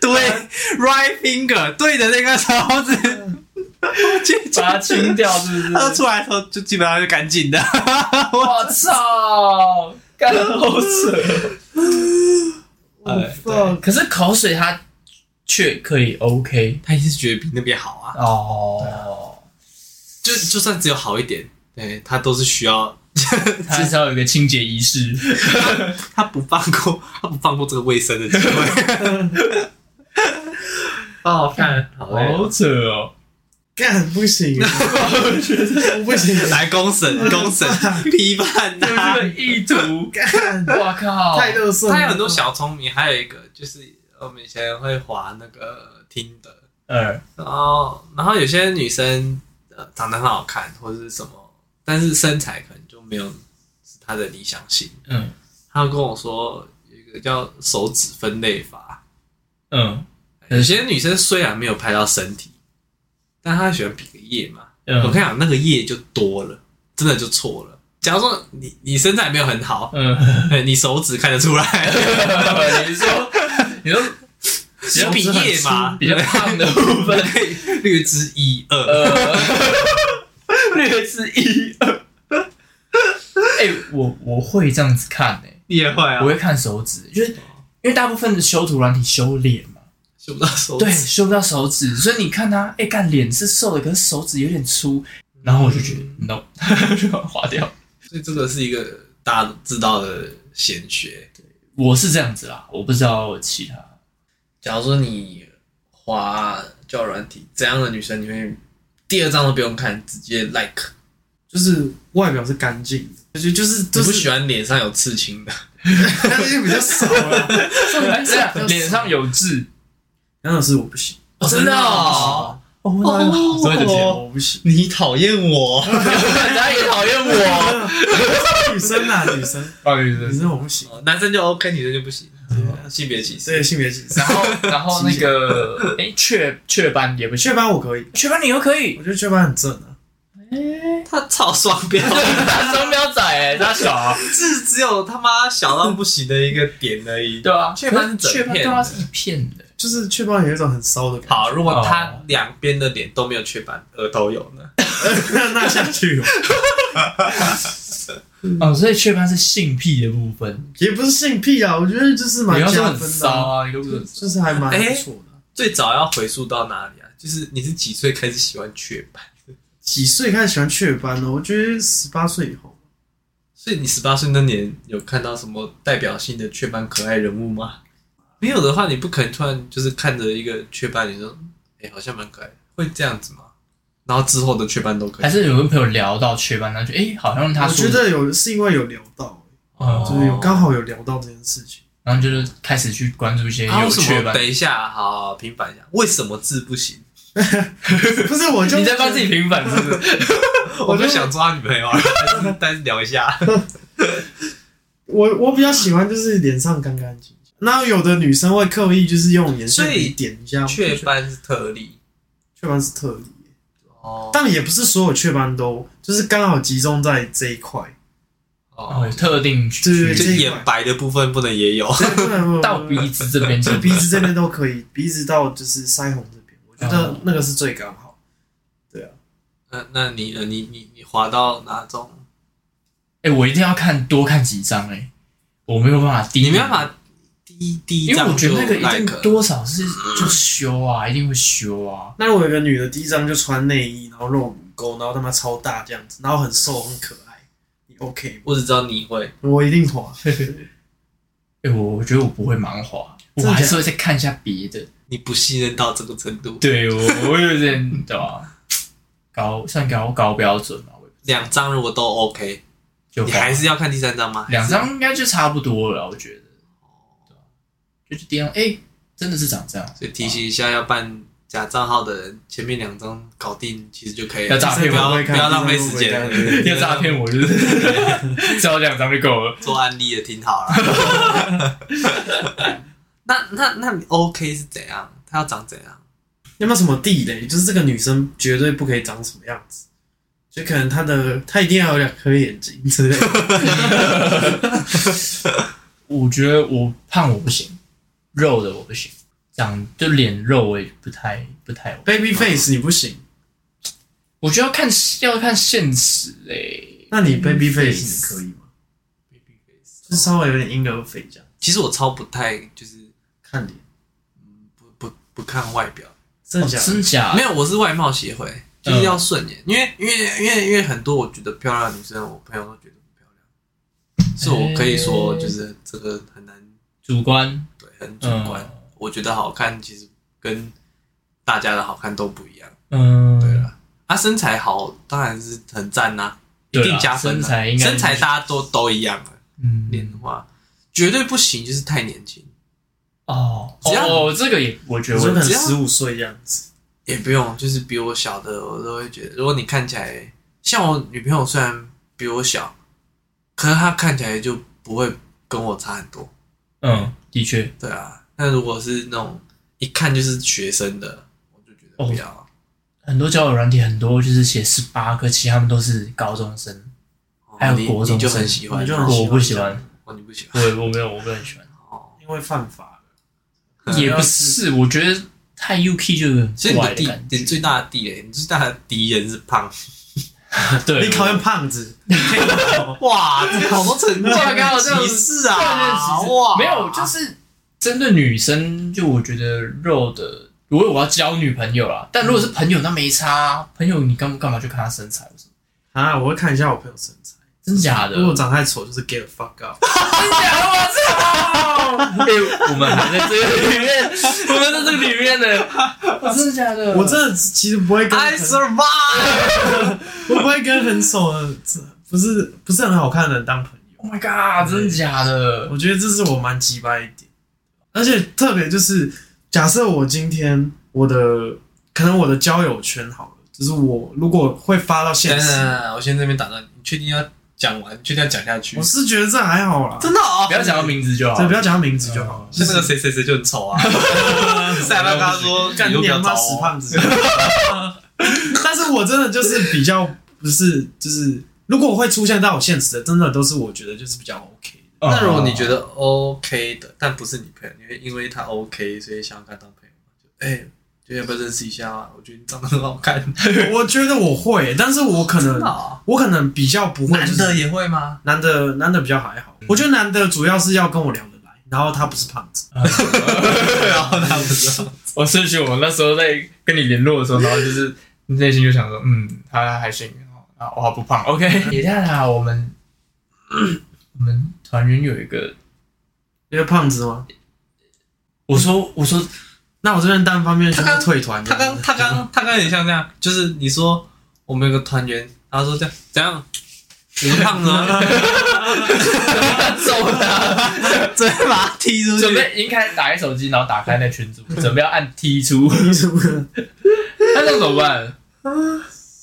Speaker 3: 对 right finger 对着那个手指，去
Speaker 1: 把它清掉是 不
Speaker 3: 他
Speaker 1: 是？
Speaker 3: 出来的时候就基本上就干净的。
Speaker 1: 我操，干得 好扯！
Speaker 3: 哎
Speaker 2: 对，
Speaker 1: 可是口水它却可以 OK
Speaker 3: 他一直觉得比那边好啊，
Speaker 1: 哦，
Speaker 3: 就就算只有好一点，对他都是需要，
Speaker 1: 它至少有一个清洁仪式。
Speaker 3: 他不放过， 他不放过这个卫生的机会。 好好看，好嘞，
Speaker 1: 哦好扯哦！
Speaker 2: 干不行，
Speaker 1: 我觉得
Speaker 2: 我不行，
Speaker 3: 来公审公 审批判
Speaker 1: 这
Speaker 3: 他
Speaker 1: 个。意图，
Speaker 2: 干
Speaker 1: 我靠，
Speaker 2: 太乐色了，
Speaker 3: 他有很多小聪明，还有一个就是我呃们以前会滑那个听的，
Speaker 1: 呃
Speaker 3: 然后然后有些女生呃长得很好看或者是什么，但是身材可能就没有是他的理想型。
Speaker 1: 嗯
Speaker 3: 他跟我说有一个叫手指分类法，呃
Speaker 1: 嗯
Speaker 3: 有些女生虽然没有拍到身体，但她喜欢比个耶嘛。我跟
Speaker 1: 嗯
Speaker 3: 你讲，那个耶就多了，真的就错了。假如说你你身材没有很好，
Speaker 1: 嗯，
Speaker 3: 哎你手指看得出来，
Speaker 1: 你说你说
Speaker 3: 只有比耶嘛，
Speaker 1: 比较胖的部分，
Speaker 3: 略知一二。
Speaker 1: 呃，略知一二。哎、我我会这样子看哎、
Speaker 3: 你也会啊
Speaker 1: 我？会看手指，就是因为大部分的修图软体修脸嘛，
Speaker 3: 修不到手指
Speaker 1: 对，，修不到手指，所以你看他，哎、看脸是瘦的，可是手指有点粗，然后我就觉得 no，就 把它划掉。
Speaker 3: 所以这个是一个大家都知道的显学。
Speaker 1: 我是这样子啦，我不知道其他，
Speaker 3: 假如说你滑交友软体，怎样的女生你会第二张都不用看，直接 like？
Speaker 2: 就是外表是干净的，就就是
Speaker 3: 你
Speaker 2: 就
Speaker 3: 不
Speaker 2: 是
Speaker 3: 喜欢脸上有刺青的？
Speaker 2: 那些比较少啊了。
Speaker 1: 这样 脸上有痣，
Speaker 2: 杨老师我不行，
Speaker 3: 哦
Speaker 1: 真的哦哦，我哪有好多的节目，
Speaker 2: 我不行。
Speaker 3: 你讨厌我？
Speaker 1: 他也讨厌我，
Speaker 2: 女生啊，女生，
Speaker 1: 不好意思
Speaker 2: 女生我不行。
Speaker 3: 哦男生就 OK，女生就不行，性别歧视。
Speaker 2: 对性别歧视
Speaker 1: 然， 后然后那个哎雀雀斑也不行，
Speaker 2: 雀斑我可以，
Speaker 1: 雀斑你又可以，
Speaker 2: 我觉得雀斑很正啊。
Speaker 3: 他超双标，
Speaker 1: 他双标仔哎，他小啊，
Speaker 3: 是只有他妈小到不行的一个点而已。
Speaker 1: 对啊，
Speaker 3: 雀斑是整
Speaker 1: 雀斑
Speaker 3: 片的
Speaker 1: 对啊是一片的，
Speaker 2: 就是雀斑有一种很骚的感
Speaker 3: 好，如果他
Speaker 1: 哦
Speaker 3: 两边的脸都没有雀斑，额头有 呢？
Speaker 2: 觉，那下去哦
Speaker 1: 哦，所以雀斑是性癖的部分，
Speaker 2: 也不是性癖啊，我觉得就是蛮
Speaker 1: 你要说
Speaker 2: 加
Speaker 1: 很
Speaker 2: 分
Speaker 1: 骚
Speaker 2: 的，
Speaker 1: 啊，你又不是很骚哎
Speaker 2: 就是还蛮不错的。啊
Speaker 3: 最早要回溯到哪里啊？就是你是几岁开始喜欢雀斑？
Speaker 2: 几岁开始喜欢雀斑呢？我觉得十八岁以后，
Speaker 3: 所以你十八岁那年有看到什么代表性的雀斑可爱人物吗？没有的话，你不可能突然就是看着一个雀斑，你说，哎、好像蛮可爱的，会这样子吗？然后之后的雀斑都可
Speaker 1: 还
Speaker 3: 以，
Speaker 1: 是有跟朋友聊到雀斑，他觉得哎，好像他
Speaker 2: 我
Speaker 1: 说
Speaker 2: 觉得有是因为有聊到，
Speaker 1: 哦
Speaker 2: 就是有刚好有聊到这件事情。
Speaker 1: 然后就是开始去关注一些
Speaker 3: 还
Speaker 1: 有
Speaker 3: 有什
Speaker 1: 雀
Speaker 3: 么？
Speaker 1: 斑。
Speaker 3: 等一下，好，平反一下，为什么字不行？
Speaker 2: 不是，我就
Speaker 1: 你在帮自己平反是不是？
Speaker 3: 我就想抓女朋 友了，但是但是聊一下，
Speaker 2: 我我比较喜欢就是脸上干干净净。那有的女生会刻意就是用眼线
Speaker 3: 所以
Speaker 2: 笔点一下，
Speaker 3: 雀
Speaker 2: 我觉得
Speaker 3: 斑是特例
Speaker 2: 雀斑是特例，
Speaker 3: 哦
Speaker 2: 但也不是所有雀斑都，就是刚好集中在这一 块。
Speaker 1: 哦，
Speaker 3: 哦，
Speaker 1: 特定区
Speaker 2: 对
Speaker 3: 就
Speaker 2: 这一块
Speaker 3: 眼白的部分不能也有，
Speaker 2: 对不然我
Speaker 1: 到鼻子这边就
Speaker 2: 对鼻子这边都可以，鼻子到就是腮红这边，我觉得
Speaker 1: 哦
Speaker 2: 那个是最刚好。
Speaker 3: 那那你呃你你你滑到哪种？
Speaker 1: 哎、我一定要看多看几张哎、我没有办法第一，
Speaker 3: 你没办，法第一第一
Speaker 1: 因为我
Speaker 3: 张
Speaker 1: 觉
Speaker 3: 就
Speaker 1: 得那个
Speaker 3: like
Speaker 1: 一定
Speaker 3: 了
Speaker 1: 多少是就修啊，
Speaker 2: 嗯
Speaker 1: 一定会修啊。
Speaker 2: 那如果有个女的第一张就穿内衣，然后露乳沟，然后他妈超大这样子，然后很瘦很可爱，你 OK 吗？
Speaker 3: 我只知道你会，
Speaker 2: 我一定滑。
Speaker 1: 哎、我我觉得我不会盲滑，我
Speaker 2: 真的假的
Speaker 1: 还是会再看一下别的。
Speaker 3: 你不信任到这个程度，
Speaker 1: 对我，我有点对吧、高算高高标准嘛，我也不
Speaker 3: 两张如果都 OK，
Speaker 1: 就
Speaker 3: 你
Speaker 1: 高
Speaker 3: 还是要看第三张吗？
Speaker 1: 两张应该就差不多了，我觉得。对吧啊就是第一张，哎、真的是长这样，
Speaker 3: 所以提醒一下，要办假账号的人，前面两张搞定，其实就可以
Speaker 1: 要
Speaker 3: 了。
Speaker 1: 诈骗
Speaker 2: 第三张
Speaker 1: 吗
Speaker 3: 不
Speaker 2: 会
Speaker 3: 要
Speaker 2: 看
Speaker 3: 不要浪费时间
Speaker 2: 第三张会看
Speaker 1: 要啊诈骗我就是 只要两张就够了。
Speaker 3: 做案例也挺好了。 那那那你 OK 是怎样？他要长怎样？
Speaker 2: 有没有什么地雷？就是这个女生绝对不可以长什么样子，就可能她的她一定要有两颗眼睛之类 的。
Speaker 1: 我觉得我胖我不行，肉的我不行，长就脸肉我也不太不太 OK。
Speaker 2: Baby face 你不行，
Speaker 1: 我觉得要看要看现实哎、
Speaker 2: 那你 baby face 你可以吗？就是稍微有点婴儿肥这样
Speaker 3: 其实我超不太就是
Speaker 2: 看脸，
Speaker 3: 不不不看外表，
Speaker 2: 真的
Speaker 1: 哦
Speaker 2: 假
Speaker 1: 真
Speaker 2: 的？
Speaker 1: 假
Speaker 3: 没有，我是外貌协会，就是要顺
Speaker 1: 嗯
Speaker 3: 眼，因为因为因为因为很多我觉得漂亮的女生，我朋友都觉得不漂亮，是我可以说就是这个很难
Speaker 1: 主观
Speaker 3: 对很主观，
Speaker 1: 嗯
Speaker 3: 我觉得好看其实跟大家的好看都不一样，
Speaker 1: 嗯
Speaker 3: 对了，啊身材好当然是很赞呐、一
Speaker 1: 对啊
Speaker 3: 定加分啊、
Speaker 1: 身材应该
Speaker 3: 身材大家都都一样啊，
Speaker 1: 嗯
Speaker 3: 脸的话绝对不行就是太年轻，
Speaker 1: 哦
Speaker 3: 只要
Speaker 1: 哦这个也我觉
Speaker 2: 有
Speaker 1: 得
Speaker 2: 时候
Speaker 1: 我
Speaker 2: 可能
Speaker 3: 只要
Speaker 2: 十五岁这样子，
Speaker 3: 诶也不用，就是比我小的，我都会觉得，如果你看起来像我女朋友，虽然比我小，可是她看起来就不会跟我差很多。
Speaker 1: 嗯，的确，
Speaker 3: 对啊，那如果是那种一看就是学生的，我就觉
Speaker 1: 哦
Speaker 3: 得不要啊。
Speaker 1: 很多交友软体很多就是写十八个，其实他们都是高中生，
Speaker 3: 哦
Speaker 1: 还有
Speaker 3: 你
Speaker 1: 国中
Speaker 3: 你就
Speaker 1: 生
Speaker 3: 很喜欢，啊
Speaker 2: 你就很
Speaker 1: 我不喜欢，
Speaker 3: 哦，你不喜欢
Speaker 1: 我我没有我没有很喜欢，
Speaker 3: 哦，
Speaker 2: 因为犯法了。
Speaker 1: 也不是，我觉得太 UK 就有 点
Speaker 3: 所以你
Speaker 1: 怪
Speaker 3: 的
Speaker 1: 的
Speaker 3: 地
Speaker 1: 感，
Speaker 3: 你
Speaker 1: 觉。
Speaker 3: 最大的地雷，你最大的敌人是胖。
Speaker 1: 对，
Speaker 2: 你讨厌
Speaker 1: 我
Speaker 2: 胖子，
Speaker 3: 哇，这个好多成见
Speaker 1: 哇刚好这样
Speaker 3: 歧视啊！
Speaker 1: 断刃其实
Speaker 3: 哇，
Speaker 1: 没有，就是针对女生，就我觉得肉的，如果我要交女朋友啦，但如果是朋友，那没差、啊。朋友，你干干嘛去看她身材？
Speaker 2: 啊！我会看一下我朋友身材，
Speaker 1: 真假的？
Speaker 2: 如果长太丑就是 get the fuck out。
Speaker 1: 真假的？我操！哎，我们还在这个里面，我们在这个里面呢。我真的假的？
Speaker 2: 我真的其实不会跟
Speaker 3: I
Speaker 2: 很
Speaker 3: survive。
Speaker 2: 我不会跟很丑的，不是不是很好看的人当朋友。
Speaker 1: ，Oh my god！真的假的？
Speaker 2: 我觉得这是我蛮鸡巴一点，而且特别就是假设我今天我的可能我的交友圈好了，就是我如果会发到
Speaker 3: 等
Speaker 2: 现
Speaker 3: 等
Speaker 2: 实，
Speaker 3: 等等，我先这边打断你，你确定要讲完？你确定要讲下去
Speaker 2: 我？是觉得这还好啦，
Speaker 3: 真的啊
Speaker 1: 不，要讲到名字就好
Speaker 2: 对，。不要讲他名字就好了。
Speaker 3: 像那个谁谁谁就很丑 啊。塞班跟他说，
Speaker 2: 干
Speaker 3: 你都
Speaker 2: 你
Speaker 3: 不要
Speaker 2: 娘
Speaker 3: 找
Speaker 2: 妈死
Speaker 3: 我。啊
Speaker 2: 胖子！ 但是我真的就是比较不是，就是如果我会出现在我现实的，真的都是我觉得就是比较 OK 的。
Speaker 1: 嗯
Speaker 3: 那如果你觉得 OK 的，但不是你朋友，你会因为他 OK，所以想跟他当朋友吗？就哎，就要不要认识一下啊？我觉得你长得很好看。
Speaker 2: 我觉得我会，但是我可
Speaker 3: 真
Speaker 2: 能
Speaker 3: 的 啊，
Speaker 2: 我可能比较不会、
Speaker 3: 男
Speaker 2: 就是
Speaker 3: 的也会 吗？
Speaker 2: 男的男的比较还好。我觉得男的主要是要跟我聊得来，然后他不是胖子，
Speaker 3: 对啊，那不知道。
Speaker 1: 我是觉得我那时候在跟你联络的时候，然后就是内心就想说，嗯，他还行，啊，我还不胖，OK。也太好，我们 我们团员有一个，
Speaker 2: 因为胖子吗？
Speaker 1: 我说 我说
Speaker 2: 那我这边单方面就
Speaker 3: 他刚
Speaker 2: 是退团。
Speaker 3: 他刚他刚他刚有点像这样，就是你说我们有个团员，然后说这样怎样，你是胖子吗？
Speaker 1: 揍他，
Speaker 3: 直接把他踢出
Speaker 1: 准备已经开始打开手机，然后打开那群组，准备要按踢出， 那这样怎么办？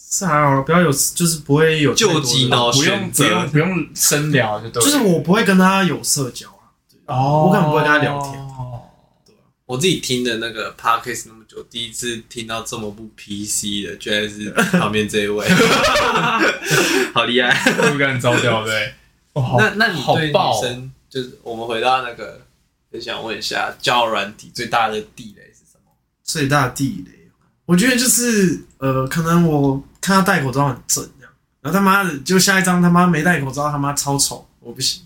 Speaker 2: 是还好，不要有就是不会有
Speaker 3: 救
Speaker 2: 急
Speaker 3: 急脑
Speaker 1: 不用
Speaker 3: 选
Speaker 1: 不
Speaker 3: 择
Speaker 1: 用。不用深聊就对了，
Speaker 2: 就是我不会跟他有社交啊。
Speaker 1: 哦，
Speaker 2: 我可能不会跟他聊天
Speaker 3: 我自己听的那个 podcast 那么久，第一次听到这么不 PC 的，居然是旁边这一 位，好厉害！
Speaker 1: 会不会很糟掉？对，哦好
Speaker 3: 那那你
Speaker 1: 好
Speaker 3: 对
Speaker 1: 爆
Speaker 3: 女
Speaker 1: 哦
Speaker 3: 生，就是我们回到那个，很想问一下，交友软体最大的地雷是什么？
Speaker 2: 最大地雷，我觉得就是呃，可能我看他戴口罩很正这样，然后他妈的就下一张他妈没戴口罩，他妈超丑，我不行，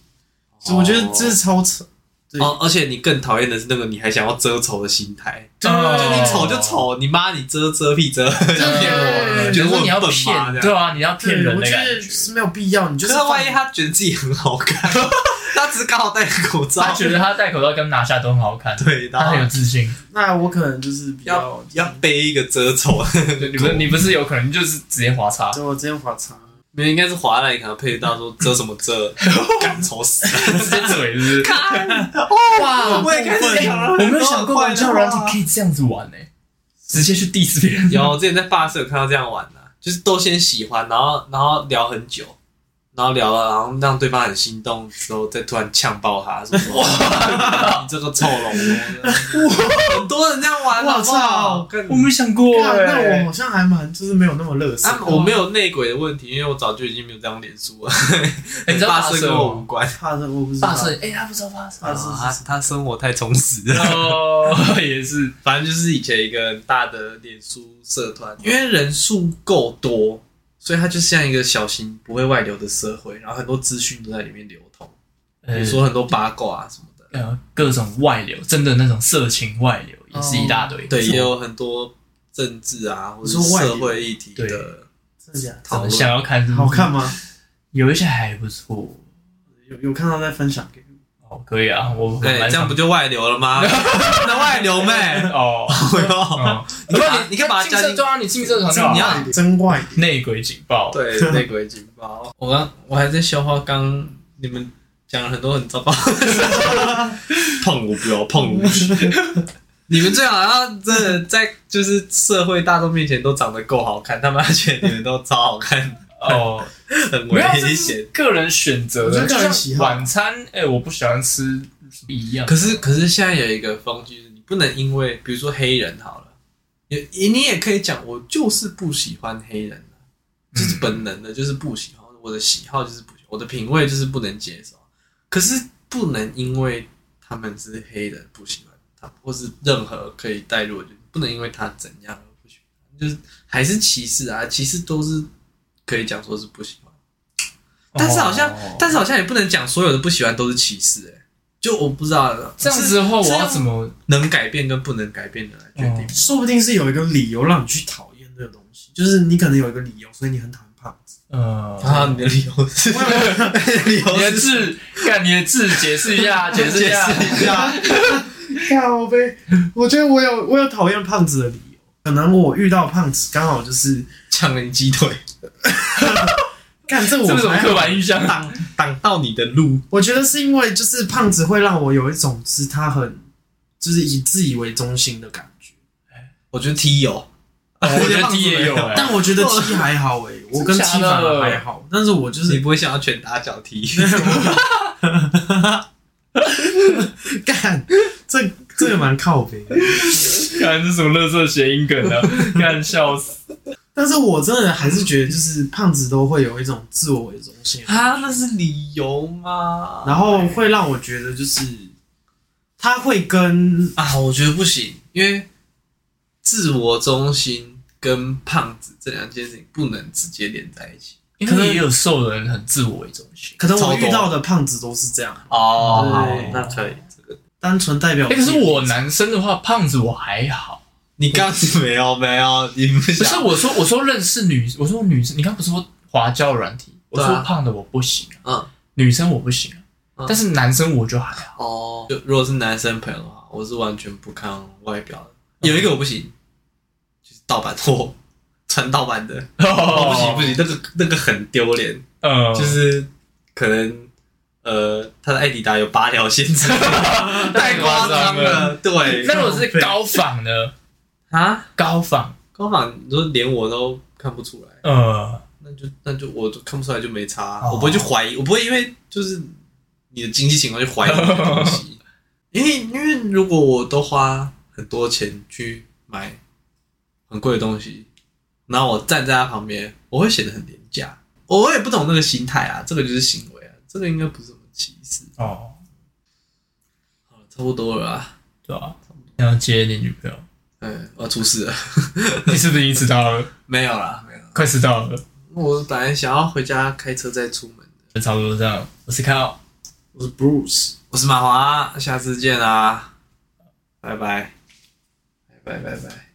Speaker 2: 所以我觉得这是超丑。对
Speaker 3: 哦，而且你更讨厌的是那个你还想要遮丑的心态，
Speaker 1: 对
Speaker 3: 就你丑就丑，你妈你遮遮屁遮，
Speaker 1: 对
Speaker 3: 就骗
Speaker 1: 对
Speaker 3: 我，
Speaker 1: 对
Speaker 3: 觉得
Speaker 1: 就是
Speaker 3: 我
Speaker 1: 你要
Speaker 3: 很笨吗？
Speaker 1: 骗，
Speaker 3: 这
Speaker 1: 对
Speaker 3: 样。
Speaker 1: 啊，你要
Speaker 2: 对
Speaker 1: 骗人
Speaker 2: 我
Speaker 1: 的
Speaker 2: 觉
Speaker 1: 感
Speaker 2: 得
Speaker 1: 觉。
Speaker 2: 是没有必要，你就
Speaker 3: 可
Speaker 2: 是
Speaker 3: 是万一
Speaker 2: 放
Speaker 3: 他觉得自己很好 看，他只是刚好戴个口罩，
Speaker 1: 他觉得他戴口罩跟拿下都很好看，
Speaker 3: 对，然
Speaker 1: 他很有
Speaker 3: 后
Speaker 1: 自信。
Speaker 2: 那我可能就是比较
Speaker 3: 要要背一个遮 丑，
Speaker 1: 你不你不是有可能就是直接划叉？
Speaker 2: 就我之前滑叉，
Speaker 3: 没有应该是华莱可能配到说遮什么 遮，敢丑死了，
Speaker 1: 直接嘴是不是？
Speaker 2: 哇
Speaker 3: 我也开始想了
Speaker 1: 我没有想过玩交友软体 可以这样子玩呢、直接去 diss 别人。
Speaker 3: 有，我之前在发社有看到这样玩的、就是都先喜欢，然后然后聊很久，然后聊了，然后让对方很心动之后，再突然呛爆他，说 哇，你这个臭龙龙，很多人这样玩，好
Speaker 2: 我
Speaker 3: 不好
Speaker 2: 操？
Speaker 3: 更
Speaker 1: 我没想过
Speaker 2: 干
Speaker 1: 哎、
Speaker 2: 那我好像还蛮就是没有那么乐色
Speaker 3: 啊，，我没有内鬼的问题，因为我早就已经没有这张脸书了。
Speaker 1: 你知道
Speaker 3: 发
Speaker 1: 发
Speaker 3: 色
Speaker 1: 色
Speaker 3: 跟我无
Speaker 1: 吗？
Speaker 3: 关，
Speaker 2: 怕的我不知道
Speaker 1: 发。色，哎、他不知道发色。
Speaker 2: 发色
Speaker 3: 他他生活太充实了。
Speaker 1: 哦，也是，
Speaker 3: 反正就是以前一个很大的脸书社团，因为人数够多，所以它就像一个小型不会外流的社会，然后很多资讯都在里面流通，比
Speaker 1: 呃
Speaker 3: 如说很多八卦啊什么的。
Speaker 1: 呃，各种外流，真的那种色情外流也是一大堆。
Speaker 3: 哦对，
Speaker 1: 什
Speaker 3: 也
Speaker 1: 么
Speaker 3: 有很多政治啊或者
Speaker 2: 你说外流
Speaker 3: 社会议题的
Speaker 1: 对
Speaker 2: 真的假的
Speaker 1: 怎
Speaker 3: 讨
Speaker 1: 么想
Speaker 3: 论。哎
Speaker 1: 要看是不是
Speaker 2: 好看？吗？
Speaker 1: 有一些还不错。
Speaker 2: 有有看到在分享给我，
Speaker 1: 哦，可以啊，我
Speaker 3: 对，这样不就外流了吗？那外流 妹，
Speaker 1: 哦。
Speaker 3: 哎呦
Speaker 1: 哦
Speaker 3: 你干嘛你干嘛
Speaker 1: 进
Speaker 3: 加进
Speaker 1: 社团啊？你进社团就好
Speaker 3: 你
Speaker 1: 了
Speaker 3: 要
Speaker 2: 真怪
Speaker 1: 内鬼警报，
Speaker 3: 对，内鬼警报。 我刚我还在消化刚你们 讲了很多很糟糕的事情，碰我不要碰我不行。 你们最好要真的在就是社会大众面前都长得够好看，他们还觉得你们都超好看，
Speaker 1: 哦，
Speaker 3: 很
Speaker 1: 没有，这
Speaker 3: 危
Speaker 1: 是
Speaker 3: 险。
Speaker 1: 个人选择
Speaker 2: 啊我觉得
Speaker 1: 的，就
Speaker 2: 个人喜
Speaker 1: 像
Speaker 2: 好
Speaker 1: 晚餐，哎，我不喜欢吃一样，
Speaker 3: 可是可是现在有一个风气，就是你不能因为比如说黑人好了，你你也可以讲我就是不喜欢黑人啊这是本能的，就是不喜欢我的喜好就是不喜欢，我的品味就是不能接受。可是不能因为他们是黑人不喜欢他，或是任何可以带入的，不能因为他怎样而不喜欢，就是还是歧视啊，歧视都是可以讲说是不喜欢。但是好像，
Speaker 1: 哦
Speaker 3: 但是好像也不能讲所有的不喜欢都是歧视、欸，就我不知道
Speaker 1: 这样子的话，我要怎
Speaker 3: 么
Speaker 1: 么？
Speaker 3: 能改变跟不能改变的来决定？
Speaker 1: 哦
Speaker 2: 说不定是有一个理由让你去讨厌这个东西，就是你可能有一个理由，所以你很讨厌胖 子。
Speaker 1: 呃，
Speaker 3: 啊，你的理由是，你 的理
Speaker 1: 你的
Speaker 3: 由是，
Speaker 1: 字，看你的字，解释 一下，解释一下，
Speaker 3: 解释一下，
Speaker 2: 靠呗， 我觉得我有我有讨厌胖子的理由，可能我遇到胖子刚好就是
Speaker 3: 抢了你鸡腿，
Speaker 2: 干这我
Speaker 1: 这是什么
Speaker 2: 还好
Speaker 1: 刻板 印象？
Speaker 3: 挡挡到你的路，
Speaker 2: 我觉得是因为就是胖子会让我有一种是他很就是以自以为中心的感觉，
Speaker 3: 我觉得 T E 有，
Speaker 1: 哦我觉得 T 也有，哎
Speaker 2: 但我觉得 T 还好 诶、我跟 T
Speaker 1: 真
Speaker 2: 反
Speaker 1: 的假的
Speaker 2: 而还好，但是我就
Speaker 3: 你
Speaker 2: 是
Speaker 3: 不会想要拳打脚踢，
Speaker 2: 干这这个蛮靠北的，
Speaker 1: 看是什么乐色谐音梗 啊，看笑死。
Speaker 2: 但是我真的还是觉得就是胖子都会有一种自我为中心的感觉，
Speaker 3: 啊，那是理由
Speaker 1: 啊
Speaker 3: 吗？
Speaker 2: 然后会让我觉得就是他会跟
Speaker 3: 啊，我觉得不行，因为自我中心跟胖子这两件事情不能直接连在一起。
Speaker 1: 因
Speaker 2: 可能
Speaker 1: 为也有瘦的人很自我为中心。
Speaker 2: 可能我
Speaker 3: 超多
Speaker 2: 遇到的胖子都是这样，
Speaker 3: 哦
Speaker 2: 好
Speaker 1: 那可
Speaker 3: 以。这个
Speaker 2: 单纯代表
Speaker 1: 哎、
Speaker 2: 自己。
Speaker 1: 可是我男生的话，胖子我还好。
Speaker 3: 你刚没有没有，你不
Speaker 1: 不是啊
Speaker 3: 想？
Speaker 1: 我说，我说认识女，我说女生，你刚不是说滑交软体？我
Speaker 3: 对啊
Speaker 1: 说胖的我不行、啊，
Speaker 3: 嗯，
Speaker 1: 女生我不行、啊，
Speaker 3: 嗯
Speaker 1: 但是男生我就还 好。
Speaker 3: 哦，就如果是男生朋友的话，我是完全不看外表的。有一个我不行，就是盗版货，穿盗版的，哦、不行不行，那个那个很丢脸。
Speaker 1: 呃，
Speaker 3: 就是可能呃，他的艾迪达有八条线之类的 太夸张了。对，
Speaker 1: 那如果是高仿呢？
Speaker 3: 啊，
Speaker 1: 高仿，
Speaker 3: 高仿，你说连我都看不出来，
Speaker 1: 呃，
Speaker 3: 那就那就我都看不出来就没差，啊
Speaker 1: 哦
Speaker 3: 我不会去怀疑，我不会因为就是你的经济情况去怀疑你的东西，因为因为如果我都花很多钱去买很贵的东西，然后我站在他旁边，我会显得很廉价，我也不懂那个心态啊，这个就是行为啊，这个应该不是什么歧视。
Speaker 1: 哦，
Speaker 3: 好了，差不多了啊，
Speaker 1: 对啊，你要接你女朋 友，
Speaker 3: 嗯，我要出事了，
Speaker 1: 你是不是已经迟到了？
Speaker 3: 没有啦，没有啦，
Speaker 1: 快迟到了，
Speaker 3: 我本来想要回家开车再出门的，
Speaker 1: 就差不多这样。我是看到。
Speaker 2: 我是 Bruce，
Speaker 3: 我啊是马华，下次见啦，拜拜，拜拜拜拜。